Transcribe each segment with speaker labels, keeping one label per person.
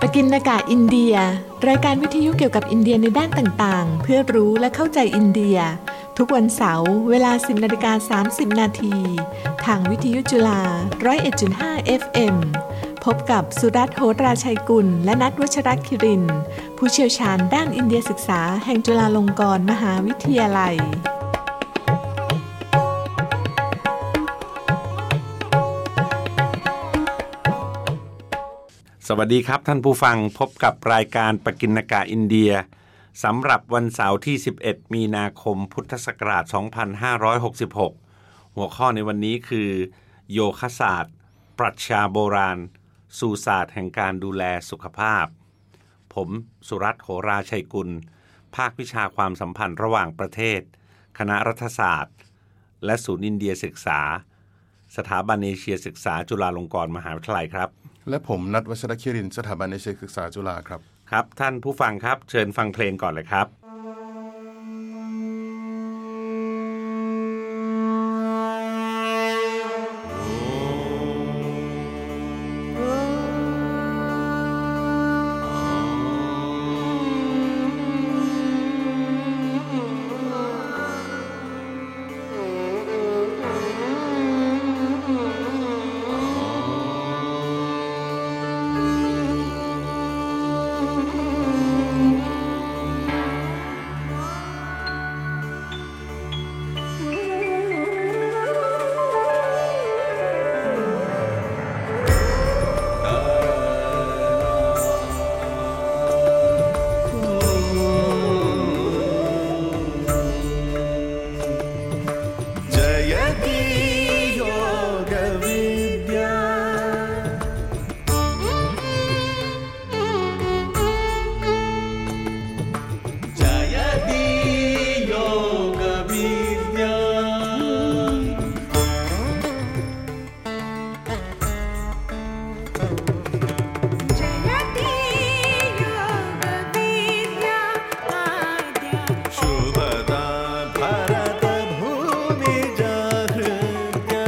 Speaker 1: ปกินนากาอินเดีย รายการวิทยุเกี่ยวกับอินเดียในด้านต่างๆ เพื่อรู้และเข้าใจอินเดีย ทุกวันเสาร์เวลา 10นาฬิกา30 นาทีทางวิทยุจุฬา 101.5 FM พบกับสุรัตน์โหตราชัยกุล และนัทวัชรคิริน ผู้เชี่ยวชาญด้านอินเดียศึกษาแห่งจุฬาลงกรณ์มหาวิทยาลัย
Speaker 2: สวัสดีครับท่านผู้ฟังพบกับรายการปกินกะอินเดียสำหรับวันเสาร์ที่ 11 มีนาคมพุทธศักราช 2566 หัวข้อในวันนี้คือ โยคะศาสตร์ ปรัชญาโบราณ สู่ศาสตร์แห่งการดูแลสุขภาพ ผมสุรัตน์โหราชัยกุล ภาควิชาความสัมพันธ์ระหว่างประเทศ คณะรัฐศาสตร์ และศูนย์อินเดียศึกษา สถาบันเอเชียศึกษาจุฬาลงกรณ์มหาวิทยาลัยครับ
Speaker 3: และผมนัทวัชรคิรินสถาบันนิสิตศึกษาจุฬาครับ
Speaker 2: ครับ ท่านผู้ฟังครับ เชิญฟังเพลงก่อนเลยครับ
Speaker 4: जयति योगविद्या जयति योगविद्या
Speaker 5: จยติโยกวิทยาอาเดีย
Speaker 4: शुभदा भरतभूमिजाहृत्य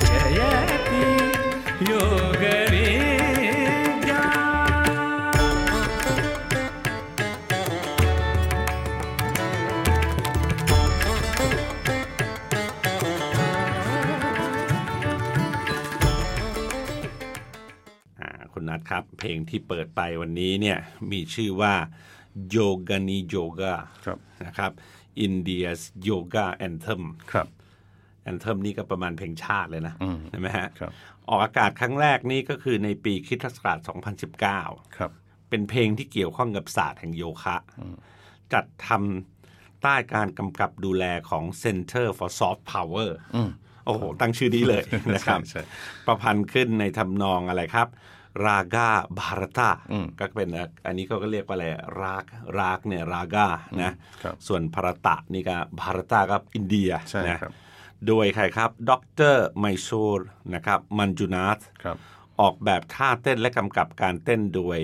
Speaker 4: จยติโยกวิทยา
Speaker 2: อ่าคุณนัทครับ เพลงที่เปิดไปวันนี้เนี่ยมีชื่อว่าโยกานิโยกา
Speaker 3: ครับ
Speaker 2: นะครับอินเดียสโยกาแอนเทม
Speaker 3: ครับ
Speaker 2: แอนเทมนี่ก็ประมาณเพลงชาติเลยนะ
Speaker 3: อืม
Speaker 2: ใช่ไหมฮะ
Speaker 3: ครับ
Speaker 2: ออกอากาศครั้งแรกนี่ก็คือในปีคริสตศักราช 2019
Speaker 3: ครับ
Speaker 2: เป็นเพลงที่เกี่ยวข้องกับศาสตร์แห่งโยคะ จัดทำใต้การกำกับดูแลของ Center for Soft Power โอ้โห ตั้งชื่อนี้เลยนะครับ
Speaker 3: ใช่ใช่
Speaker 2: ประพันธ์ขึ้นในทำนองอะไรครับ ราก้าบารตา
Speaker 3: อืม
Speaker 2: ก็เป็นอ่ะอันนี้ก็เรียกว่าอะไรรากรากเนี่ยราก้านะ
Speaker 3: ครับ
Speaker 2: ส่วนภารตะนี่ก็ภารตากับอินเดีย
Speaker 3: ใช่
Speaker 2: นะครับ โดยใครครับ ดรไมซูรนะครับมัญจุนาท
Speaker 3: ครับ
Speaker 2: ออกแบบท่าเต้นและกำกับการเต้นโดย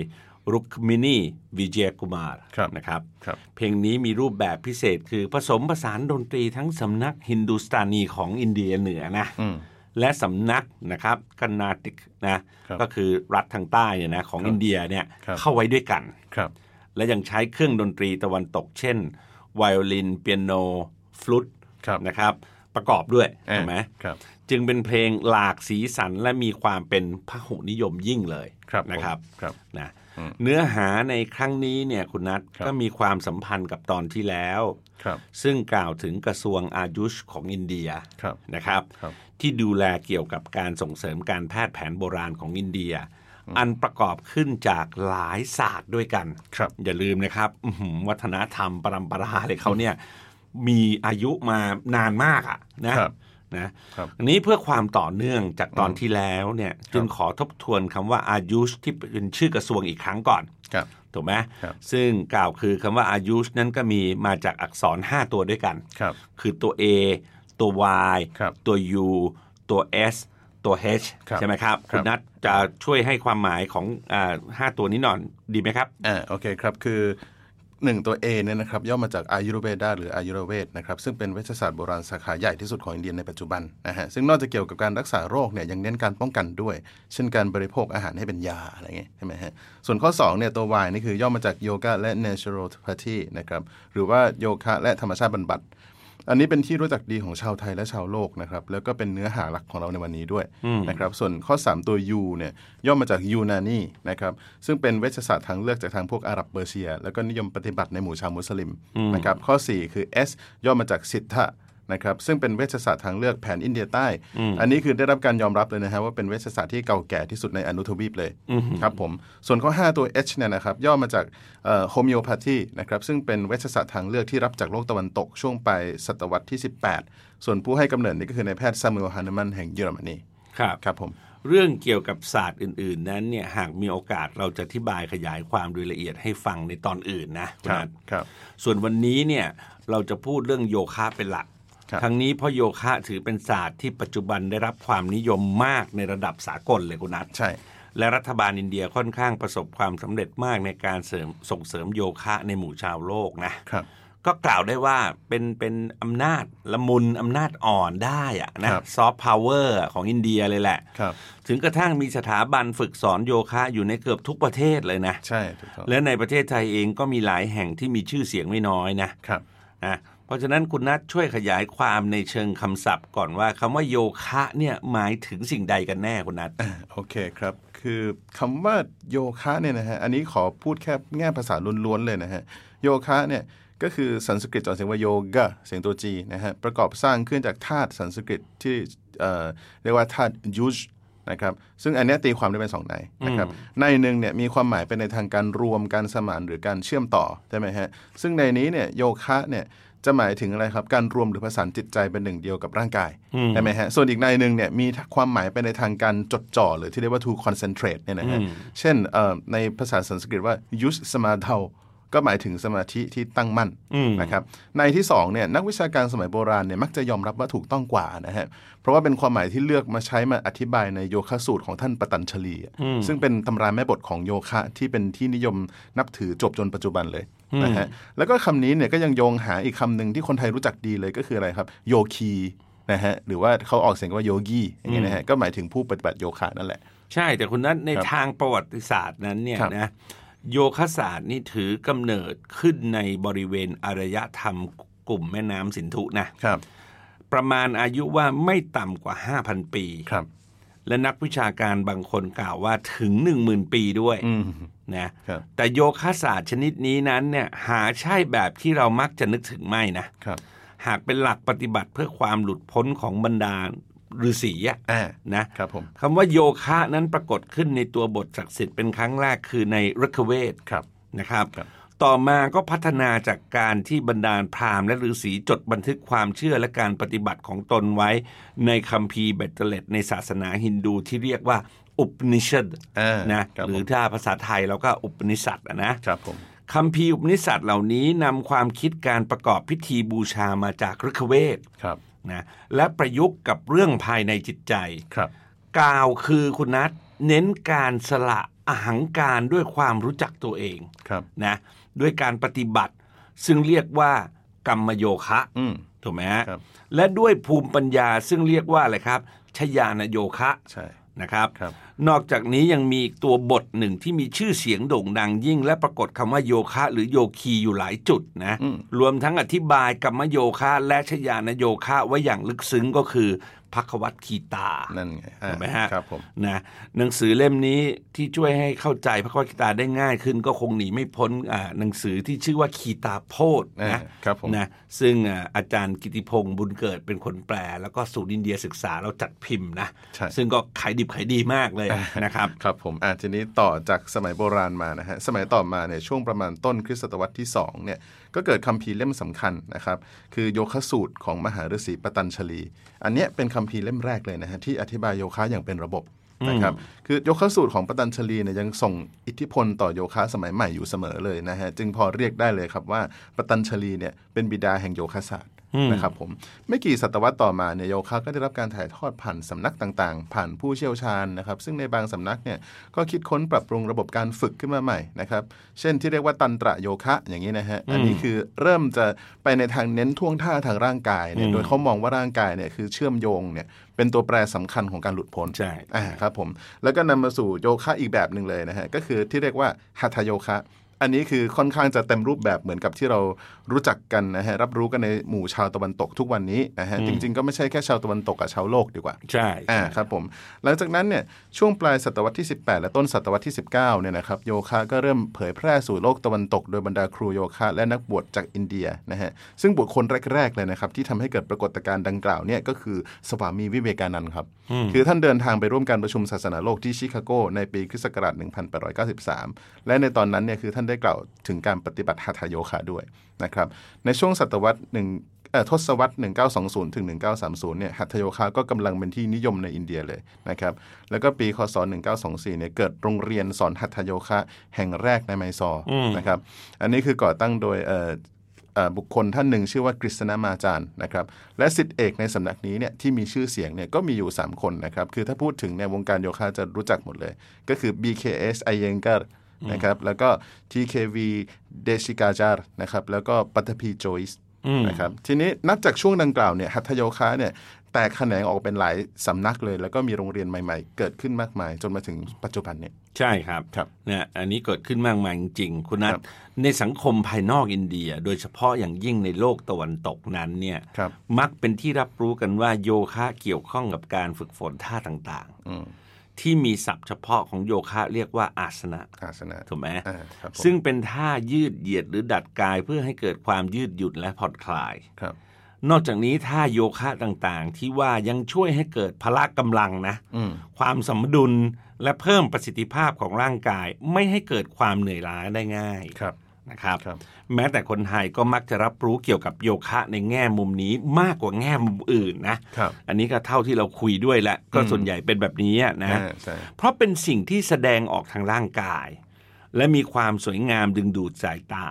Speaker 2: รุกมินีวิเจยกุมาร
Speaker 3: ครับ
Speaker 2: นะครับ
Speaker 3: ครับ
Speaker 2: เพลงนี้มีรูปแบบพิเศษคือผสมผสานดนตรีทั้งสำนักฮินดูสตานีของอินเดียเหนือนะ
Speaker 3: อืม
Speaker 2: และสำนักนะครับกนาติกนะครับก็คือรัฐทางใต้เนี่ยนะของ
Speaker 3: ครับ
Speaker 2: อินเดียเนี่ย
Speaker 3: ครับ
Speaker 2: เข้าไว้ด้วยกัน
Speaker 3: ครับ
Speaker 2: และยังใช้เครื่องดนตรีตะวันตก เช่นไวโอลิน เปียโน ฟลุต
Speaker 3: ครับ
Speaker 2: นะครับ ประกอบด้วยใช่ไหม
Speaker 3: อ่าครับ
Speaker 2: จึงเป็นเพลงหลากสีสันและมีความเป็นพหุนิยมยิ่งเลย
Speaker 3: ครับผม
Speaker 2: นะครับ
Speaker 3: ครับ
Speaker 2: นะเนื้อหาในครั้งนี้เนี่ยคุณนัท
Speaker 3: ครับ
Speaker 2: ก็มีความสัมพันธ์กับตอนที่แล้ว
Speaker 3: ครับ
Speaker 2: ซึ่งกล่าวถึงกระทรวงอายุชของอินเดีย
Speaker 3: ครับ
Speaker 2: นะครับ
Speaker 3: ครับ
Speaker 2: ที่ดูแลเกี่ยวกับการส่งเสริมการแพทย์แผนโบราณของอินเดีย อันประกอบขึ้นจากหลายศาสตร์ด้วยกัน
Speaker 3: ครับ
Speaker 2: อย่าลืมนะครับอื้อหือวัฒนธรรมปรำปราเลยเขาเนี่ยมีอายุมานานมากอะนะครับ นะครับ อันนี้เพื่อความต่อเนื่องจากตอนที่แล้วเนี่ยจึงขอทบทวนคำว่าอายุชที่เป็นชื่อกระทรวงอีกครั้งก่อน
Speaker 3: ครับ
Speaker 2: ถูกไหม
Speaker 3: ครับ
Speaker 2: ซึ่งกล่าวคือคำว่าอายุชนั้นก็มีมาจากอักษร 5 ตัวด้วยกัน
Speaker 3: ครับ
Speaker 2: คือตัว A ตัว Y
Speaker 3: ครับ
Speaker 2: ตัว U ตัว S ตัว H
Speaker 3: ครับ
Speaker 2: ใช่ไหมครับ
Speaker 3: ครับ
Speaker 2: ณนัทจะช่วยให้ความหมายของอ่าห้าตัวนี้หน่อยดีไหมครับ
Speaker 3: อ่าโอเคครับ คือ 1 ตัว A เนี่ยนะครับย่อมาจากอายุรเวดาหรืออายุรเวทนะครับซึ่งเป็นเวชศาสตร์โบราณสาขาใหญ่ที่สุดของอินเดียในปัจจุบันนะฮะซึ่งนอกจากเกี่ยวกับการรักษาโรคเนี่ยยังเน้นการป้องกันด้วย เช่นการบริโภคอาหารให้เป็นยาอะไรเงี้ยใช่ไหมฮะส่วนข้อ2เนี่ยตัว Y นี่คือย่อมาจากโยคะและ naturopathy นะครับหรือว่าโยคะและธรรมชาติบำบัด อันนี้เป็นที่รู้จักดีของชาวไทยและชาวโลกนะครับ แล้วก็เป็นเนื้อหาหลักของเราในวันนี้ด้วยนะครับ ส่วนข้อ 3 ตัว U เนี่ยย่อมาจากยูนานีนะครับ ซึ่งเป็นเวชศาสตร์ทางเลือกจากทางพวกอาหรับเปอร์เซีย แล้วก็นิยมปฏิบัติในหมู่ชาวมุสลิมนะครับ ข้อ 4 คือ S ย่อมาจากสิทธะนะครับซึ่งเป็นเวชศาสตร์ทางเลือกแผนอินเดียใต้ อันนี้คือได้รับการยอมรับเลยนะฮะว่าเป็นเวชศาสตร์ที่เก่าแก่ที่สุดในอนุทวีปเลยครับผมส่วนข้อ 5 ตัว H เนี่ยนะครับย่อมาจากโฮมิโอพาธีนะครับซึ่งเป็นเวชศาสตร์ทางเลือกที่รับจากโลกตะวันตกช่วงปลายศตวรรษที่ 18 ส่วนผู้ให้กำเนิดนี่ก็คือในายแพทย์ซามูเอลฮานามันแห่งเยอรมนี
Speaker 2: ครับ
Speaker 3: ครับผม
Speaker 2: เรื่องเกี่ยวกับศาสตร์อื่น ๆ นั้นเนี่ยหากมีโอกาสเราจะอธิบายขยายความโดยละเอียดให้ฟังในตอนอื่นนะคุณนัท
Speaker 3: ครับ
Speaker 2: ส่วนวันนี้เนี่ยเราจะพูดเรื่องโยคะเป็นหลัก
Speaker 3: ครับ
Speaker 2: ทั้งนี้เพราะโยคะถือเป็นศาสตร์ที่ปัจจุบันได้รับความนิยมมากในระดับสากลเลยคุณนัท
Speaker 3: ใช่
Speaker 2: และรัฐบาลอินเดียค่อนข้างประสบความสำเร็จมากในการเสริมส่งเสริมโยคะในหมู่ชาวโลกนะครับ ก็กล่าวได้ว่าเป็นเป็นอำนาจละมุนอำนาจอ่อนได้อะนะครับ ซอฟต์พาวเวอร์ของอินเดียเลยแหละ
Speaker 3: ครับ
Speaker 2: ถึงกระทั่งมีสถาบันฝึกสอนโยคะอยู่ในเกือบทุกประเทศเลยนะ
Speaker 3: ใช่ถูกต้อง
Speaker 2: และในประเทศไทยเองก็มีหลายแห่งที่มีชื่อเสียงไม่น้อยนะ
Speaker 3: ครับ
Speaker 2: นะเพราะฉะนั้นคุณนัทช่วยขยายความในเชิงคำศัพท์ก่อนว่าคำว่าโยคะเนี่ยหมายถึงสิ่งใดกันแน่คุณนัท
Speaker 3: โอเคครับ คือคำว่าโยคะเนี่ยนะฮะ อันนี้ขอพูดแค่แง่ภาษาล้วนๆเลยนะฮะ โยคะเนี่ยก็คือสันสกฤตออกเสียงว่าโยกะเสียงตัวจีนะฮะ ประกอบสร้างขึ้นจากธาตุสันสกฤตที่เอ่อเรียกว่าธาตุยุจนะครับ ซึ่งอันเนี้ยตีความได้เป็นสองในนะครับ ในหนึ่งเนี่ยมีความหมายเป็นในทางการรวมการสมานหรือการเชื่อมต่อใช่ไหมฮะ ซึ่งในนี้เนี่ยโยคะเนี่ยจะหมายถึงอะไรครับ การรวมหรือผสานจิตใจเป็นหนึ่งเดียวกับร่างกายใช่ไหมฮะ ส่วนอีกในหนึ่งเนี่ยมีความหมายไปในทางการจดจ่อหรือที่เรียกว่า to concentrate เนี่ยนะฮะ เช่นเอ่อในภาษาสันสกฤตว่า yus samadhau ก็หมายถึงสมาธิที่ตั้งมั่นนะครับ ในที่สองเนี่ยนักวิชาการสมัยโบราณเนี่ยมักจะยอมรับว่าถูกต้องกว่านะฮะ เพราะว่าเป็นความหมายที่เลือกมาใช้มาอธิบายในโยคะสูตรของท่านปตัญชลีอะซึ่งเป็นตำราแม่บทของโยคะที่เป็นที่นิยมนับถือจบจนปัจจุบันเลยนะฮะ แล้วก็คำนี้เนี่ยก็ยังโยงหาอีกคำหนึ่งที่คนไทยรู้จักดีเลยก็คืออะไรครับ โยคีนะฮะ หรือว่าเขาออกเสียงว่าโยกีอย่างเงี้ยนะฮะ ก็หมายถึงผู้ปฏิบัติโยคะนั่นแหละ
Speaker 2: ใช่แต่คุณนัทใน
Speaker 3: ครับ
Speaker 2: ทางประวัติศาสตร์นั้นเนี่ย
Speaker 3: ครับ
Speaker 2: นะโยคะศาสตร์นี่ถือกำเนิดขึ้นในบริเวณอารยธรรมกลุ่มแม่น้ำสินธุนะครับ ประมาณอายุว่าไม่ต่ำกว่า 5,000 ปี
Speaker 3: ครับ
Speaker 2: และนักวิชาการบางคนกล่าวว่าถึง 10,000 ปีด้วยนะครับ แต่โยคะศาสตร์ชนิดนี้นั้นเนี่ยหาใช่แบบที่เรามักจะนึกถึงไม่นะ
Speaker 3: ครับ
Speaker 2: หากเป็นหลักปฏิบัติเพื่อความหลุดพ้นของบรรดาฤาษีอะ
Speaker 3: อ่า
Speaker 2: นะครับ
Speaker 3: ผม
Speaker 2: คำว่าโยคะนั้นปรากฏขึ้นในตัวบทศักดิ์สิทธิ์เป็นครั้งแรกคือในรัคเวท
Speaker 3: ครับ
Speaker 2: นะครับ
Speaker 3: ครับ
Speaker 2: ต่อมาก็พัฒนาจากการที่บรรดาพราหมณ์และฤาษีจดบันทึกความเชื่อและการปฏิบัติของตนไว้ ในคัมภีร์เบตเตเลตในศาสนาฮินดูที่เรียกว่าอุปนิชด
Speaker 3: อ่าน
Speaker 2: นะครับ หรือถ้าภาษาไทยเราก็อุปนิสัตอะนะ
Speaker 3: ครับผม
Speaker 2: คำพีร์อุปนิสัตเหล่านี้นำความคิดการประกอบพิธีบูชามาจากฤกเวท
Speaker 3: ครับ
Speaker 2: นะและประยุกต์กับเรื่องภายในจิตใจ
Speaker 3: ครับ
Speaker 2: กล่าวคือคุณนัทเน้นการสละอหังการด้วยความรู้จักตัวเอง
Speaker 3: ครับ
Speaker 2: นะด้วยการปฏิบัติ ซึ่งเรียกว่ากรรมโยคะ
Speaker 3: อืม
Speaker 2: ถูกไหมฮะ
Speaker 3: ครับ
Speaker 2: และด้วยภูมิปัญญาซึ่งเรียกว่าอะไรครับชยานโยคะ
Speaker 3: ใช่
Speaker 2: นะครับ
Speaker 3: ครับ
Speaker 2: นอกจากนี้ยังมีอีกตัวบทหนึ่งที่มีชื่อเสียงโด่งดังยิ่ง และปรากฏคำว่าโยคะหรือโยคีอยู่หลายจุดนะ รวมทั้งอธิบายกรรมโยคะและชยานโยคะไว้อย่างลึกซึ้งก็คือพักวัตคีตา
Speaker 3: นั่นไงอ่า
Speaker 2: ใช่ไหมฮะ
Speaker 3: ครับผม
Speaker 2: นะหนังสือเล่มนี้ที่ช่วยให้เข้าใจพระกวกิตาได้ง่ายขึ้นก็คงหนีไม่พ้นอ่าหนังสือที่ชื่อว่าคีตาโพธนะ
Speaker 3: อ่าครับผม
Speaker 2: นะซึ่งอ่าอาจารย์กิติพงศ์บุญเกิดเป็นคนแปล แล้วก็ศูนย์อินเดียศึกษาเราจัดพิมพ์นะ
Speaker 3: ใช่
Speaker 2: ซึ่งก็ขายดิบขายดีมากเลยนะครับ
Speaker 3: ครับผมอ่ะทีนี้ต่อจากสมัยโบราณมานะฮะ สมัยต่อมาเนี่ยช่วงประมาณต้นคริสตศตวรรษที่2เนี่ย ก็เกิดคัมภีร์เล่มสำคัญนะครับ คือโยคะสูตรของมหาฤาษีปตัญชลี อันเนี้ยเป็นคัมภีร์เล่มแรกเลยนะฮะที่อธิบายโยคะอย่างเป็นระบบนะครับ คือโยคะสูตรของปตัญชลีเนี่ยยังส่งอิทธิพลต่อโยคะสมัยใหม่อยู่เสมอเลยนะฮะ จึงพอเรียกได้เลยครับว่าปตัญชลีเนี่ยเป็นบิดาแห่งโยคะศาสตร์
Speaker 2: อืม
Speaker 3: นะครับผมไม่กี่ศตวรรษต่อมาเนี่ยโยคะก็ได้รับการถ่ายทอดผ่านสำนักต่างๆ ผ่านผู้เชี่ยวชาญนะครับ ซึ่งในบางสำนักเนี่ยก็คิดค้นปรับปรุงระบบการฝึกขึ้นมาใหม่นะครับ เช่นที่เรียกว่าตันตระโยคะอย่างนี้นะฮะอันนี้คือเริ่มจะไปในทางเน้นท่วงท่าทางร่างกายเนี่ยโดยเขามองว่าร่างกายเนี่ยคือเชื่อมโยงเนี่ยเป็นตัวแปรสำคัญของการหลุดพ้น
Speaker 2: ใช่
Speaker 3: อ่าครับผมแล้วก็นำมาสู่โยคะอีกแบบหนึ่งเลยนะฮะก็คือที่เรียกว่าหัตถโยคะ อันนี้คือค่อนข้างจะเต็มรูปแบบเหมือนกับที่เรารู้จักกันนะฮะรับรู้กันในหมู่ชาวตะวันตกทุกวันนี้นะฮะจริงๆก็ไม่ใช่แค่ชาวตะวันตกกับชาวโลกดีกว่า
Speaker 2: ใช่
Speaker 3: อ่าครับผมหลังจากนั้นเนี่ยช่วงปลายศตวรรษที่ 18 และต้นศตวรรษที่ 19เนี่ยนะครับโยคะก็เริ่มเผยแพร่สู่โลกตะวันตก โดยบรรดาครูโยคะและนักบวชจากอินเดียนะฮะซึ่งบุคคลแรก ๆ เลยนะครับ ที่ทำให้เกิดปรากฏการณ์ดังกล่าวเนี่ยก็คือสวามีวิเวกานันด์ครับ คือท่านเดินทางไปร่วมการประชุมศาสนาโลกที่ชิคาโก ในปีคริสต์ศักราช 1893 และในตอนนั้นเนี่ยคือท่านได้กล่าวถึงการปฏิบัติหัตถโยคะด้วยนะครับในช่วงศตวรรษหนึ่ง เอ่อทศวรรษ 1920 ถึง 1930 เนี่ย หัตถโยคะก็กำลังเป็นที่นิยมในอินเดียเลยนะครับ แล้วก็ปีคศ 1924 เนี่ย เกิดโรงเรียนสอนหัตถโยคะแห่งแรกในไมซอร์นะครับ อันนี้คือก่อตั้งโดยเอ่อเอ่อบุคคลท่านหนึ่งชื่อว่ากฤษณมาจารย์นะครับ และสิทธิเอกในสำนักนี้เนี่ยที่มีชื่อเสียงเนี่ยก็มีอยู่ 3 คนนะครับ คือถ้าพูดถึงในวงการโยคะจะรู้จักหมดเลย ก็คือ BKS Iyengar นะครับ แล้วก็ TKV Deshikajar นะครับ แล้วก็ปัตพีโจยส์ นะครับทีนี้นับจากช่วงดังกล่าวเนี่ยหัตถโยคะเนี่ยแตกแขนงออกเป็นหลายสำนักเลย แล้วก็มีโรงเรียนใหม่ๆ เกิดขึ้นมากมาย จนมาถึงปัจจุบันเนี่ย
Speaker 2: ใช่ครับ
Speaker 3: ครับ
Speaker 2: เนี่ยอันนี้เกิดขึ้นมากมายจริงๆคุณนัท
Speaker 3: ครับ
Speaker 2: ในสังคมภายนอกอินเดีย โดยเฉพาะอย่างยิ่งในโลกตะวันตกนั้นเนี่ย
Speaker 3: ครับ
Speaker 2: มักเป็นที่รับรู้กันว่าโยคะเกี่ยวข้องกับการฝึกฝนท่าต่าง
Speaker 3: อืม
Speaker 2: ๆ ที่มีศัพท์เฉพาะของโยคะเรียกว่าอาสนะ
Speaker 3: อาสนะ
Speaker 2: ถูกไหม
Speaker 3: อ่าครับผม
Speaker 2: ซึ่งเป็นท่ายืดเหยียดหรือดัดกายเพื่อให้เกิดความยืดหยุ่นและผ่อนคลาย
Speaker 3: ครับ
Speaker 2: นอกจากนี้ท่าโยคะต่างๆ ที่ว่ายังช่วยให้เกิดพละกำลังนะ
Speaker 3: อืม
Speaker 2: ความสมดุลและเพิ่มประสิทธิภาพของร่างกาย ไม่ให้เกิดความเหนื่อยล้าได้ง่าย
Speaker 3: ครับ
Speaker 2: นะครับ
Speaker 3: ครับ
Speaker 2: แม้แต่คนไทยก็มักจะรับรู้เกี่ยวกับโยคะในแง่มุมนี้มากกว่าแง่มุมอื่นนะ
Speaker 3: ครับ
Speaker 2: อันนี้ก็เท่าที่เราคุยด้วยแหละก็ส่วนใหญ่เป็นแบบนี้นะ
Speaker 3: อ่าใช่
Speaker 2: เพราะเป็นสิ่งที่แสดงออกทางร่างกาย และมีความสวยงามดึงดูดสายตา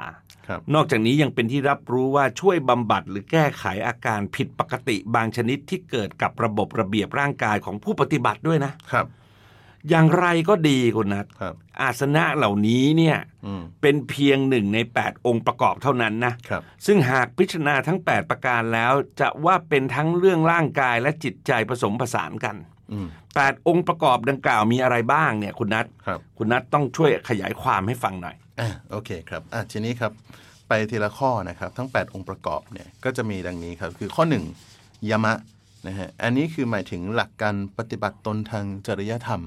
Speaker 3: ครับ
Speaker 2: นอกจากนี้ยังเป็นที่รับรู้ว่าช่วยบำบัดหรือแก้ไขอาการผิดปกติบางชนิดที่เกิดกับระบบระเบียบร่างกายของผู้ปฏิบัติด้วยนะ
Speaker 3: ครับ
Speaker 2: อย่างไรก็ดีคุณนัท
Speaker 3: ครับ
Speaker 2: อาสนะเหล่านี้เนี่ย
Speaker 3: อืม
Speaker 2: เป็นเพียงหนึ่งใน 8 องค์ประกอบเท่านั้นนะ
Speaker 3: ครับ
Speaker 2: ซึ่งหากพิจารณาทั้ง 8 ประการแล้วจะว่าเป็นทั้งเรื่องร่างกายและจิตใจผสมผสานกัน
Speaker 3: อืม
Speaker 2: 8 องค์ประกอบดังกล่าวมีอะไรบ้างเนี่ยคุณนัท
Speaker 3: ครับ
Speaker 2: คุณนัทต้องช่วยขยายความให้ฟังหน่อย
Speaker 3: อ่าโอเคครับอ่ะทีนี้ครับไปทีละข้อนะครับ ทั้ง 8 องค์ประกอบเนี่ยก็จะมีดังนี้ครับ คือข้อ 1 ยมะนะฮะอันนี้คือหมายถึงหลักการปฏิบัติตนทางจริยธรรม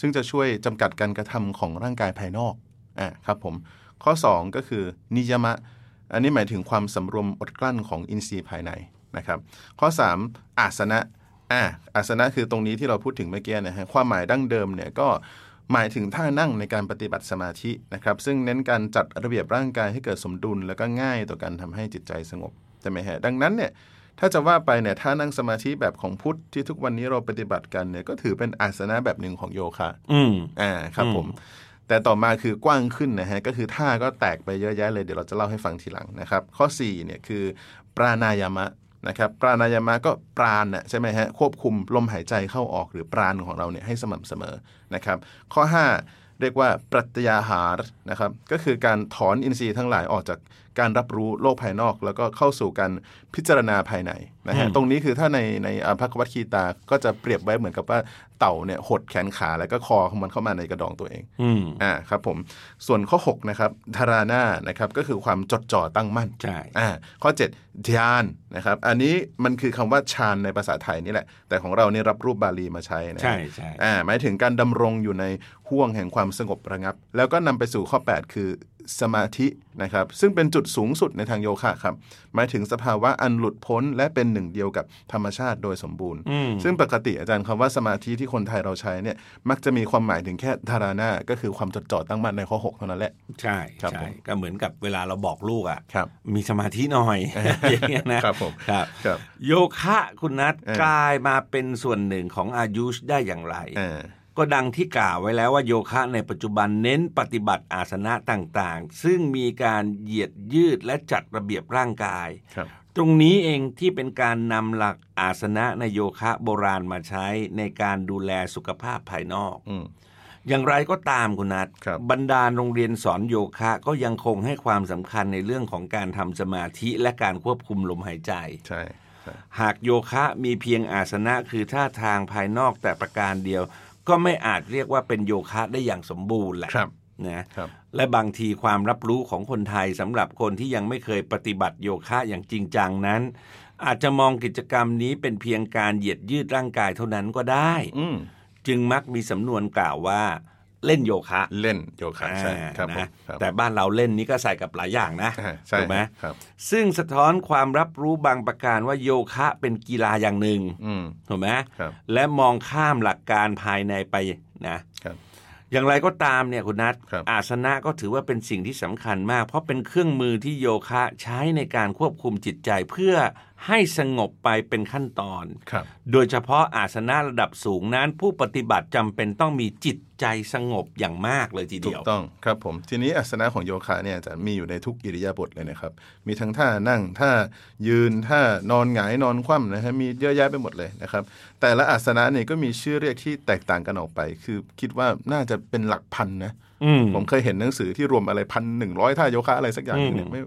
Speaker 3: ซึ่งจะช่วยจำกัดการกระทำของร่างกายภายนอก อ่ะครับผมข้อ 2 ก็คือนิยมะ อันนี้หมายถึงความสำรวมอดกลั้นของอินทรีย์ภายในนะครับ ข้อ 3 อาสนะอ่ะอาสนะคือตรงนี้ที่เราพูดถึงเมื่อกี้นะฮะความหมายดั้งเดิมเนี่ยก็หมายถึงท่านั่งในการปฏิบัติสมาธินะครับ ซึ่งเน้นการจัดระเบียบร่างกายให้เกิดสมดุล แล้วก็ง่ายต่อการทำให้จิตใจสงบใช่ไหมฮะดังนั้นเนี่ยถ้าจะว่าไปเนี่ยท่านั่งสมาธิแบบของพุทธที่ทุกวันนี้เราปฏิบัติกันเนี่ยก็ถือเป็นอาสนะแบบหนึ่งของโยคะ
Speaker 2: อืม
Speaker 3: อ่าครับผม แต่ต่อมาคือกว้างขึ้นนะฮะ ก็คือท่าก็แตกไปเยอะแยะเลย เดี๋ยวเราจะเล่าให้ฟังทีหลังนะครับ ข้อ4เนี่ยคือปรานายามะนะครับปรานายามะก็ปราณน่ะใช่ไหมฮะ ควบคุมลมหายใจเข้าออกหรือปราณของเราเนี่ยให้สม่ำเสมอนะครับ ข้อ 5 เรียกว่าปรัตยาหารนะครับก็คือการถอนอินทรีย์ทั้งหลายออกจากการรับรู้โลกภายนอก แล้วก็เข้าสู่การพิจารณาภายในนะฮะตรงนี้คือถ้าในในอ่าพระกวัตคีตาก็จะเปรียบไว้เหมือนกับว่าเต่าเนี่ยหดแขนขาแล้วก็คอของมันเข้ามาในกระดองตัวเอง
Speaker 2: อืม
Speaker 3: อ่าครับผมส่วนข้อ 6 นะครับธารานานะครับก็คือความจดจ่อตั้งมั่น
Speaker 2: ใช่
Speaker 3: อ่าข้อ 7 ฌานนะครับ อันนี้มันคือคำว่าฌานในภาษาไทยนี่แหละ แต่ของเราเนี่ยรับรูปบาลีมาใช้นะ
Speaker 2: ใช่ใช่
Speaker 3: อ่าหมายถึงการดำรงอยู่ในห่วงแห่งความสงบระงับ แล้วก็นำไปสู่ข้อ 8 คือสมาธินะครับ ซึ่งเป็นจุดสูงสุดในทางโยคะครับ หมายถึงสภาวะอันหลุดพ้น และเป็นหนึ่งเดียวกับธรรมชาติโดยสมบูรณ์
Speaker 2: อืม
Speaker 3: ซึ่งปกติอาจารย์คำว่าสมาธิที่คนไทยเราใช้เนี่ยมักจะมีความหมายถึงแค่ธารานาก็คือความจดจ่อตั้งมั่นในข้อ 6 เท่านั้นแหละ
Speaker 2: ใช่
Speaker 3: ครับ
Speaker 2: ใช่
Speaker 3: ผม
Speaker 2: ก็เหมือนกับเวลาเราบอกลูกอ่ะ
Speaker 3: ครับ
Speaker 2: มีสมาธิหน่ อย อย่างเงี้ยนะครับ
Speaker 3: ผม
Speaker 2: ครับ
Speaker 3: ครับ
Speaker 2: โยคะคุณนัท
Speaker 3: เออ
Speaker 2: กลายมาเป็นส่วนหนึ่งของอายุชได้อย่างไร
Speaker 3: เออ
Speaker 2: ก็ดังที่กล่าวไว้แล้วว่าโยคะในปัจจุบันเน้นปฏิบัติอาสนะต่างๆ ซึ่งมีการเหยียดยืดและจัดระเบียบร่างกาย
Speaker 3: ครับ
Speaker 2: ตรงนี้เองที่เป็นการนำหลักอาสนะในโยคะโบราณมาใช้ในการดูแลสุขภาพภายนอก
Speaker 3: อืม
Speaker 2: อย่างไรก็ตามคุณนัท
Speaker 3: ครับ
Speaker 2: บรรดาโรงเรียนสอนโยคะก็ยังคงให้ความสำคัญในเรื่องของการทำสมาธิและการควบคุมลมหายใจ
Speaker 3: ใช่ใช่
Speaker 2: หากโยคะมีเพียงอาสนะคือท่าทางภายนอกแต่ประการเดียว ก็ไม่อาจเรียกว่าเป็นโยคะได้อย่างสมบูรณ์แหละ
Speaker 3: ครับ
Speaker 2: นะครับ และบางทีความรับรู้ของคนไทยสำหรับคนที่ยังไม่เคยปฏิบัติโยคะอย่างจริงจังนั้น อาจจะมองกิจกรรมนี้เป็นเพียงการเหยียดยืดร่างกายเท่านั้นก็ได้
Speaker 3: อืม
Speaker 2: จึงมักมีสำนวนกล่าวว่าเล่นโยคะ
Speaker 3: เล่นโยคะใช่ครับผม
Speaker 2: อ่านะครับ แต่บ้านเราเล่นนี้ก็ใส่กับหลายอย่างนะ
Speaker 3: ใช่ใช่
Speaker 2: ถูกไหม
Speaker 3: ครับ
Speaker 2: ซึ่งสะท้อนความรับรู้บางประการว่าโยคะเป็นกีฬาอย่างหนึ่ง
Speaker 3: อืม
Speaker 2: ถูกไหม
Speaker 3: ครับ
Speaker 2: และมองข้ามหลักการภายในไปนะ
Speaker 3: ครับ
Speaker 2: อย่างไรก็ตามเนี่ยคุณนัท
Speaker 3: ครับ
Speaker 2: อาสนะก็ถือว่าเป็นสิ่งที่สำคัญมาก เพราะเป็นเครื่องมือที่โยคะใช้ในการควบคุมจิตใจเพื่อให้สงบไปเป็นขั้นตอน
Speaker 3: ครับ
Speaker 2: โดยเฉพาะอาสนะระดับสูงนั้น ผู้ปฏิบัติจำเป็นต้องมีจิตใจสงบอย่างมากเลยที
Speaker 3: ถู
Speaker 2: เดีย
Speaker 3: ก
Speaker 2: ว
Speaker 3: ต้องครับผม ทีนี้อาสนะของโยคะเนี่ยอาจะมีอยู่ในทุกอิริยาบถเลยนะครับ มีทั้งท่านั่งท่ายืนท่านอนหงายนอนคว่ำนะฮะมีเยอะแยะไปหมดเลยนะครับ แต่ละอาสนะเนี่ยก็มีชื่อเรียกที่แตกต่างกันออกไป คือคิดว่าน่าจะเป็นหลักพันนะ
Speaker 2: อืม
Speaker 3: ผมเคยเห็นหนังสือที่รวมอะไรพันหนึ่งร้อยท่าโยคะอะไรสักอย่างหนึ่งเนี่ย ไม่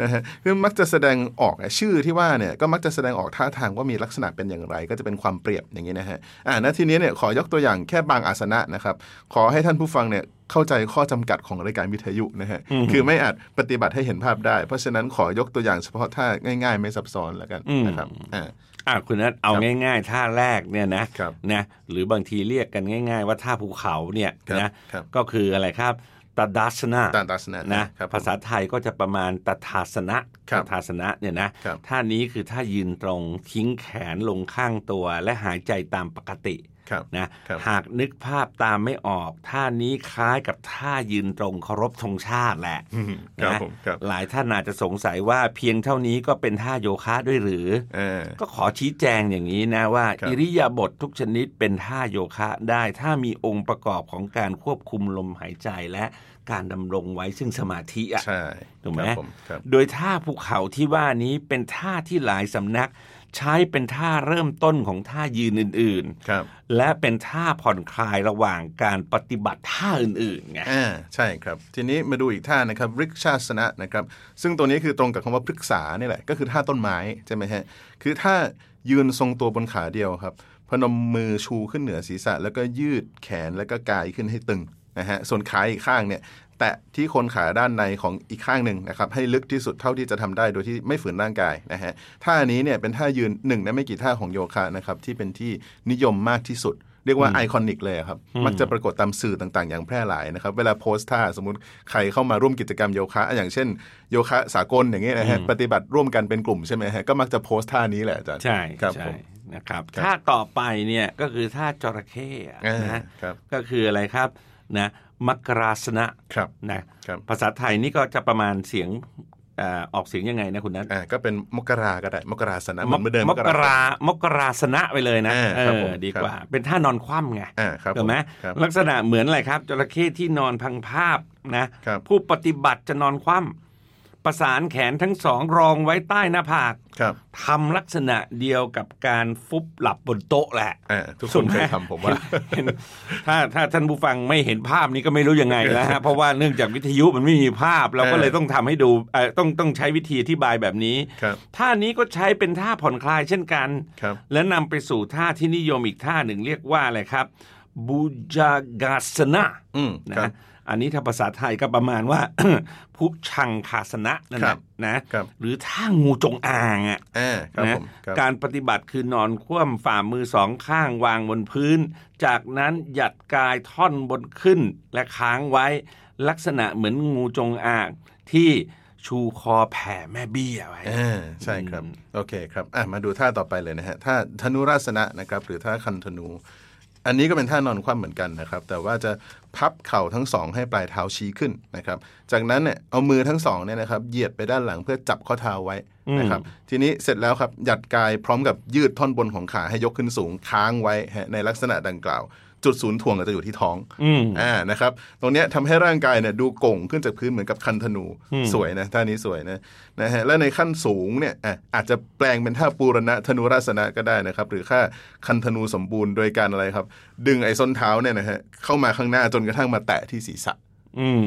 Speaker 3: นะฮะคือมักจะแสดงออกอะชื่อที่ว่าเนี่ยก็มักจะแสดงออกท่าทางว่ามีลักษณะเป็นอย่างไร ก็จะเป็นความเปรียบอย่างนี้นะฮะอ่าณทีนี้เนี่ยขอยกตัวอย่างแค่บางอาสนะนะครับ ขอให้ท่านผู้ฟังเนี่ยเข้าใจข้อจำกัดของรายการวิทยุนะฮะคือไม่อาจปฏิบัติให้เห็นภาพได้ เพราะฉะนั้นขอยกตัวอย่างเฉพาะท่าง่ายๆ ไม่ซับซ้อนแล้วกันนะครับอ่า
Speaker 2: อ่ะคุณนัทเอาง่ายๆท่าแรกเนี่ยนะครับ นะหรือบางทีเรียกกันง่าย ๆ ว่าท่าภูเขาเนี่ย
Speaker 3: ครับ
Speaker 2: นะครับ ก็คืออะไรครับตาดัสนา
Speaker 3: ตานตาสนะ
Speaker 2: นะ
Speaker 3: ครับผม
Speaker 2: ภาษาไทยก็จะประมาณตทาสนะ
Speaker 3: ครั
Speaker 2: ต
Speaker 3: บ
Speaker 2: ทาสนะเนี่ยนะครับ ท่านี้คือท่ายืนตรงทิ้งแขนลงข้างตัวและหายใจตามปกติ
Speaker 3: ครับ
Speaker 2: นะครับ หากนึกภาพตามไม่ออก ท่านี้คล้ายกับท่ายืนตรงเคารพธงชาติแหละ
Speaker 3: ครับ
Speaker 2: นะ
Speaker 3: ผมครับ
Speaker 2: หลายท่านอาจจะสงสัยว่าเพียงเท่านี้ก็เป็นท่าโยคะด้วยหรือ
Speaker 3: เออ
Speaker 2: ก็ขอชี้แจงอย่างนี้นะว่า
Speaker 3: ครับ
Speaker 2: อิริยาบถทุกชนิดเป็นท่าโยคะได้ถ้ามีองค์ประกอบของการควบคุมลมหายใจและการดำรงไว้ซึ่งสมาธิอ่ะ
Speaker 3: ใช่
Speaker 2: ถูกไหม
Speaker 3: ครับผครับ
Speaker 2: โดยท่าภูเขาที่ว่านี้เป็นท่าที่หลายสำนัก ใช้เป็นท่าเริ่มต้นของท่ายืนอื่น
Speaker 3: ครับ
Speaker 2: ๆ และเป็นท่าผ่อนคลายระหว่างการปฏิบัติท่าอื่นๆไง
Speaker 3: อ่าใช่ครับ ทีนี้มาดูอีกท่านะครับริกชาสนะนะครับ ซึ่งตัวนี้คือตรงกับคำว่าพฤกษานี่แหละ ก็คือท่าต้นไม้ใช่ไหมฮะคือท่ายืนทรงตัวบนขาเดียวครับ พนมมือชูขึ้นเหนือศีรษะ แล้วก็ยืดแขนแล้วก็กายขึ้นให้ตึงนะฮะส่วนขาอีกข้างเนี่ย แตะที่โคนขาด้านในของอีกข้างหนึ่งนะครับให้ลึกที่สุดเท่าที่จะทำได้โดยที่ไม่ฝืนร่างกายนะฮะท่านี้เนี่ยเป็นท่ายืนหนึ่งในไม่กี่ท่าของโยคะนะครับที่เป็นที่นิยมมากที่สุด เรียกว่าไอคอนิกเลยอะครับ มักจะปรากฏตามสื่อต่างๆ อย่างแพร่หลายนะครับ เวลาโพสต์ท่าสมมติใครเข้ามาร่วมกิจกรรมโยคะ อย่างเช่นโยคะสากลอย่างเงี้ยนะฮะปฏิบัติร่วมกันเป็นกลุ่มใช่ไหมฮะก็มักจะโพสต์ท่านี้แหละอาจารย์
Speaker 2: ใช่
Speaker 3: ครับ
Speaker 2: ใช่
Speaker 3: ผม
Speaker 2: นะครับ
Speaker 3: ครับ
Speaker 2: ท่าต่อไปเนี่ยก็คือท่าจระเข้อะ
Speaker 3: อ่าน
Speaker 2: นะ
Speaker 3: รับ
Speaker 2: ก็คืออะไรครับนะมักราสนะครับ นะครับ ภาษาไทยนี่ก็จะประมาณเสียงเอ่อออกเสียงยังไงนะคุณนัท
Speaker 3: อ่าก็เป็นมกราก็ได้มกราสนะเหมือนเดิม
Speaker 2: มกรามกราสนะไปเลยนะ
Speaker 3: อ่า
Speaker 2: เอ
Speaker 3: ครับ
Speaker 2: อ
Speaker 3: ผม
Speaker 2: ดีกว่า เป็นท่านอนคว่ำไง
Speaker 3: อ่าครับ
Speaker 2: ถูกไหม
Speaker 3: ผมครับ
Speaker 2: ลักษณะเหมือนอะไรครับจระเข้ที่นอนพังภาพนะครับ ผู้ปฏิบัติจะนอนคว่ำประสานแขนทั้งสองรองไว้ใต้หน้าผาก
Speaker 3: ครับ
Speaker 2: ทำลักษณะเดียวกับการฟุบหลับบนโต๊ะแหละ
Speaker 3: อ่าทุกค
Speaker 2: ส่วน น
Speaker 3: เคย
Speaker 2: ก
Speaker 3: ทำผม ว่า
Speaker 2: เห็นถ้าถ้าท่านผู้ฟังไม่เห็นภาพนี้ก็ไม่รู้ยังไงแล้ว ฮะ เพราะว่าเนื่องจากวิทยุมันไม่มีภาพ เราก็เลยต้องทำให้ดูเอ่อต้องต้องใช้วิธีอธิบายแบบนี้
Speaker 3: ครับ
Speaker 2: ท่านี้ก็ใช้เป็นท่าผ่อนคลายเช่นกัน
Speaker 3: ครับ
Speaker 2: และนำไปสู่ท่าที่นิยมอีกท่าหนึ่งเรียกว่าอะไรครับบูจากาสนะ
Speaker 3: อืม
Speaker 2: นะครับ อันนี้ถ้าภาษาไทยก็ประมาณ ว่า ผู้ชังคาสนะนั่น
Speaker 3: ค
Speaker 2: แห
Speaker 3: รั
Speaker 2: ละ
Speaker 3: บ
Speaker 2: นะครับ หรือท่างูจงอางอ่ะ
Speaker 3: อ่าครับ
Speaker 2: นะ
Speaker 3: ผมครับ
Speaker 2: การปฏิบัติคือนอนคว่ำฝ่ามือสองข้างวางบนพื้น จากนั้นหยัดกายท่อนบนขึ้นและค้างไว้ ลักษณะเหมือนงูจงอาง ที่ชูคอแผ่แม่เบี้ยไว้
Speaker 3: อ่าใช่ครับ โอเคครับอ่ะมาดูท่าต่อไปเลยนะฮะท่าธนุราสนะนะครับ หรือท่าคันธนู อันนี้ก็เป็นท่านอนคว่ำเหมือนกันนะครับ แต่ว่าจะพับเข่าทั้งสองให้ปลายเท้าชี้ขึ้นนะครับ จากนั้นเนี่ยเอามือทั้งสองเนี่ยนะครับเหยียดไปด้านหลังเพื่อจับข้อเท้าไว้นะครับ ทีนี้เสร็จแล้วครับหยัดกายพร้อมกับยืดท่อนบนของขาให้ยกขึ้นสูงค้างไว้ฮะในลักษณะดังกล่าว จุดศูนย์ถ่วงก็จะอยู่ที่ท้อง
Speaker 2: อืม
Speaker 3: อ่านะครับ ตรงเนี้ยทำให้ร่างกายเนี่ยดูโก่งขึ้นจากพื้นเหมือนกับคันธนูสวยนะท่านี้สวยนะนะฮะและในขั้นสูงเนี่ยอ่ะอาจจะแปลงเป็นท่าปูรณะธนูราสนะก็ได้นะครับ หรือค่าคันธนูสมบูรณ์โดยการอะไรครับ ดึงไอ้ส้นเท้าเนี่ยนะฮะเข้ามาข้างหน้าจนกระทั่งมาแตะที่ศีรษะ
Speaker 2: อืม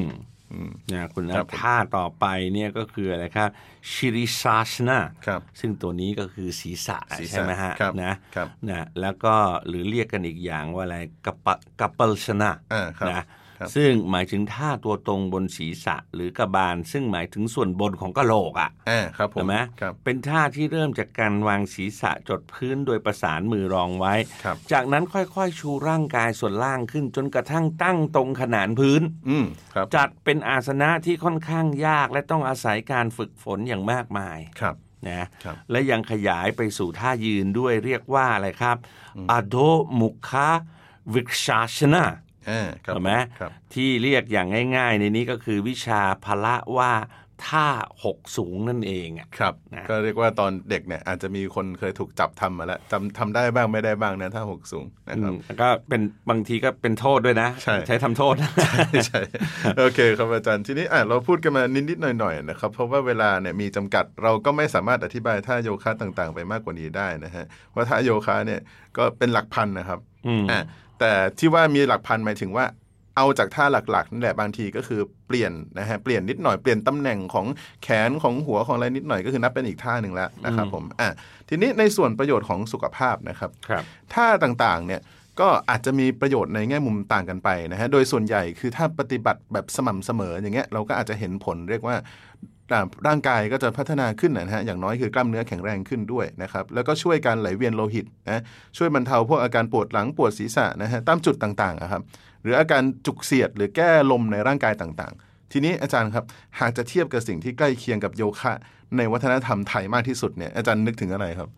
Speaker 2: เนี่ยคุณ
Speaker 3: ครับ
Speaker 2: แล้วท่าต่อไปเนี่ยก็คืออะไรครับชิริซาสนา
Speaker 3: ครับ
Speaker 2: ซึ่งตัวนี้ก็คือศีรษะ
Speaker 3: ศีรษะ
Speaker 2: ใช่ไหมฮะ
Speaker 3: ครับ
Speaker 2: นะครับ นะแล้วก็หรือเรียกกันอีกอย่างว่าอะไรกัปปะกัปเปลชนะ
Speaker 3: อ่าครับ
Speaker 2: นะครับ ซึ่งหมายถึงท่าตัวตรงบนศีรษะหรือกระบาล ซึ่งหมายถึงส่วนบนของกะโหลกอ่ะ
Speaker 3: อ่าครับผม
Speaker 2: ใช่ไหม
Speaker 3: ครับ
Speaker 2: เป็นท่าที่เริ่มจากการวางศีรษะจดพื้นโดยประสานมือรองไว้
Speaker 3: ครับ
Speaker 2: จากนั้นค่อยๆ ชูร่างกายส่วนล่างขึ้น จนกระทั่งตั้งตรงขนานพื้น
Speaker 3: อืมครับ
Speaker 2: จัดเป็นอาสนะที่ค่อนข้างยากและต้องอาศัยการฝึกฝนอย่างมากมาย
Speaker 3: ครับ
Speaker 2: นะครับ และยังขยายไปสู่ท่ายืนด้วยเรียกว่าอะไรครับอโดมุคาวิกชาชนะ
Speaker 3: อ่าครับ
Speaker 2: ใช่ไหม
Speaker 3: ครับ
Speaker 2: ที่เรียกอย่างง่าย ๆ ในนี้ก็คือวิชาพละว่าท่าหกสูงนั่นเองอะ
Speaker 3: ครับ
Speaker 2: นะ
Speaker 3: ก็เรียกว่าตอนเด็กเนี่ยอาจจะมีคนเคยถูกจับทำมาแล้วจำทำได้บ้างไม่ได้บ้างนะถ้าหกสูงนะครับ
Speaker 2: อืมแล้วก็เป็นบางทีก็เป็นโทษด้วยนะ
Speaker 3: ใช่
Speaker 2: ใช้ทำโทษนะ
Speaker 3: ใช่โอเคครับอาจารย์ทีนี้อ่ะเราพูดกันมานิดๆหน่อยๆนะครับ เพราะว่าเวลาเนี่ยมีจำกัดเราก็ไม่สามารถอธิบายท่าโยคะต่างๆ ไปมากกว่านี้ได้นะฮะว่าท่าโยคะเนี่ยก็เป็นหลักพันนะครับ
Speaker 2: อืม
Speaker 3: อ่ะแต่ที่ว่ามีหลักพันหมายถึงว่า เอาจากท่าหลักๆนั่นแหละบางทีก็คือเปลี่ยนนะฮะเปลี่ยนนิดหน่อยเปลี่ยนตำแหน่งของแขนของหัวของอะไรนิดหน่อยก็คือนับเป็นอีกท่าหนึ่งแล้วนะครับผมอ่ะทีนี้ในส่วนประโยชน์ของสุขภาพนะครับ
Speaker 2: ครับ
Speaker 3: ท่าต่างๆ เนี่ยก็อาจจะมีประโยชน์ในแง่มุมต่างกันไปนะฮะ โดยส่วนใหญ่คือถ้าปฏิบัติแบบสม่ำเสมออย่างเงี้ยเราก็อาจจะเห็นผลเรียกว่าอ่าร่างกายก็จะพัฒนาขึ้นนะฮะอย่างน้อยคือกล้ามเนื้อแข็งแรงขึ้นด้วยนะครับ แล้วก็ช่วยการไหลเวียนโลหิตนะช่วยบรรเทาพวกอาการปวดหลังปวดศีรษะนะฮะตามจุดต่างๆอะครับหรืออาการจุกเสียดหรือแก้ลมในร่างกายต่างๆ ทีนี้อาจารย์ครับหากจะเทียบกับสิ่งที่ใกล้เคียงกับโยคะ ในวัฒนธรรมไทยมากที่สุดเนี่ยอาจารย์นึกถึงอะไรครับ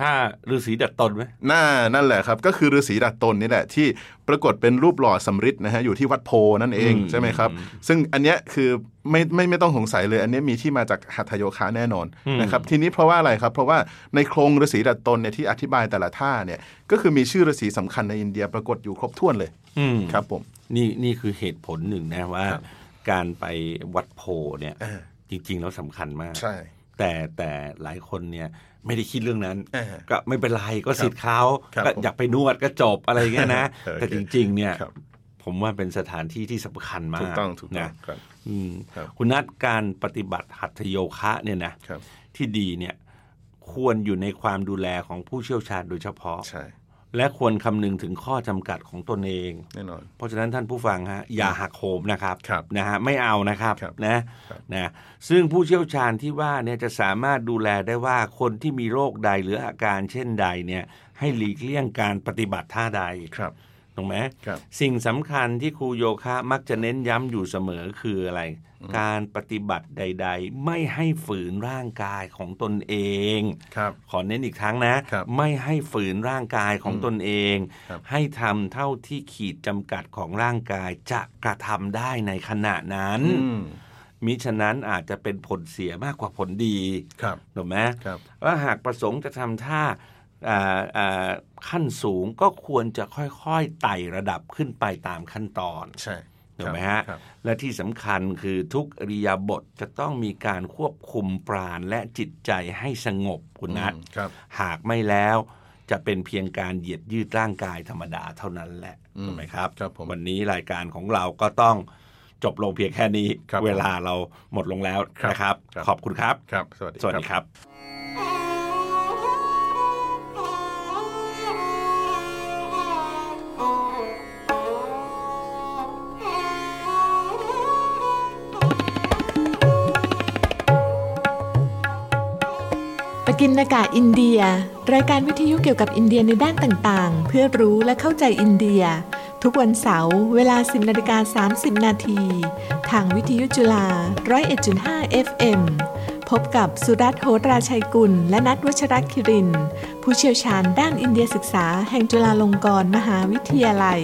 Speaker 2: ถ้าฤาษีดัดตนไหม
Speaker 3: น่านั่นแหละครับ ก็คือฤาษีดัดตนนี่แหละที่ปรากฏเป็นรูปหล่อสำริดนะฮะอยู่ที่วัดโพนั่นเอง
Speaker 2: อืม
Speaker 3: ใช่ไหมครับ ซึ่งอันเนี้ยคือไม่ไม่ไม่ต้องสงสัยเลย อันเนี้ยมีที่มาจากหัตถโยคะแน่นอนนะครับทีนี้เพราะว่าอะไรครับ เพราะว่าในโครงฤาษีดัดตนเนี่ยที่อธิบายแต่ละท่าเนี่ยก็คือมีชื่อฤาษีสำคัญในอินเดียปรากฏอยู่ครบถ้วนเลย
Speaker 2: อืม
Speaker 3: ครับผม
Speaker 2: นี่นี่คือเหตุผลหนึ่งนะว่า การไปวัดโพเนี่ย จริง ๆ แล้วสำคัญมาก แต่แต่หลายคนเนี่ยไม่ได้คิดเรื่องนั้น
Speaker 3: เออ
Speaker 2: ก็ไม่เป็นไรก็สิทธิ์เขา
Speaker 3: ครับ
Speaker 2: ก็
Speaker 3: ผม
Speaker 2: อยากไปนวดก็จบอะไรอย่างเงี้ยนะ
Speaker 3: โอเค
Speaker 2: แต่จริง ๆ เนี่ย
Speaker 3: ครับ
Speaker 2: ผมว่าเป็นสถานที่ที่สำคัญมาก
Speaker 3: ถูกต้องถูกต้อง
Speaker 2: นะครับ อืม
Speaker 3: ครับ
Speaker 2: คุณนัดการปฏิบัติหัตถโยคะเนี่ยนะ
Speaker 3: ครับ
Speaker 2: ที่ดีเนี่ยควรอยู่ในความดูแลของผู้เชี่ยวชาญโดยเฉพาะ
Speaker 3: ใช่
Speaker 2: และควรคำนึงถึงข้อจำกัดของตนเอง
Speaker 3: แน่นอน
Speaker 2: เพราะฉะนั้นท่านผู้ฟังฮะอย่าหักโหมนะครับ
Speaker 3: ครับ
Speaker 2: นะฮะไม่เอานะครับ
Speaker 3: ครับ
Speaker 2: นะครับ นะซึ่งผู้เชี่ยวชาญที่ว่าเนี่ยจะสามารถดูแลได้ว่าคนที่มีโรคใดหรืออาการเช่นใดเนี่ยให้หลีกเลี่ยงการปฏิบัติท่าใด
Speaker 3: ครับ
Speaker 2: ถูกไหม
Speaker 3: ครับ
Speaker 2: สิ่งสำคัญที่ครูโยคะมักจะเน้นย้ำอยู่เสมอคืออะไร การปฏิบัติใด ๆ ไม่ให้ฝืนร่างกายของตนเอง
Speaker 3: ครับ
Speaker 2: ขอเน้นอีกครั้งนะ
Speaker 3: ครับ
Speaker 2: ไม่ให้ฝืนร่างกายของตนเอง
Speaker 3: ครับ
Speaker 2: ให้ทำเท่าที่ขีดจำกัดของร่างกายจะกระทำได้ในขณะนั้น
Speaker 3: อืม
Speaker 2: มิฉะนั้นอาจจะเป็นผลเสียมากกว่าผลดี
Speaker 3: ครับ
Speaker 2: ถูกไหม
Speaker 3: ครับ
Speaker 2: ว่าหากประสงค์จะทำท่าอ่าอ่าขั้นสูงก็ควรจะค่อยๆไต่ระดับขึ้นไปตามขั้นตอน
Speaker 3: ใช่
Speaker 2: ถูกไหมฮะ
Speaker 3: ครับ
Speaker 2: และที่สำคัญคือทุกอริยาบทจะต้องมีการควบคุมปราณและจิตใจให้สงบคุณนัท
Speaker 3: อืมครับ
Speaker 2: หากไม่แล้วจะเป็นเพียงการเหยียดยืดร่างกายธรรมดาเท่านั้นแหละถูกไหมครับ
Speaker 3: ครับผม
Speaker 2: วันนี้รายการของเราก็ต้องจบลงเพียงแค่นี้
Speaker 3: ครับ
Speaker 2: เวลาเราหมดลงแล้ว
Speaker 3: ครับ
Speaker 2: นะครับ
Speaker 3: ครับ
Speaker 2: ขอบคุณครับ
Speaker 3: ครับ สวัสดี
Speaker 2: สวัสดี
Speaker 3: ครับ
Speaker 2: ครับ
Speaker 1: ปกินากาอินเดีย รายการวิทยุเกี่ยวกับอินเดียในด้านต่างๆ เพื่อรู้และเข้าใจอินเดีย ทุกวันเสาร์เวลา 10นาฬิกา30 นาทีทางวิทยุจุฬา 101.5 FM พบกับสุรัตน์โหตราชัยกุล และนัทวัชรคิริน ผู้เชี่ยวชาญด้านอินเดียศึกษาแห่งจุฬาลงกรณ์มหาวิทยาลัย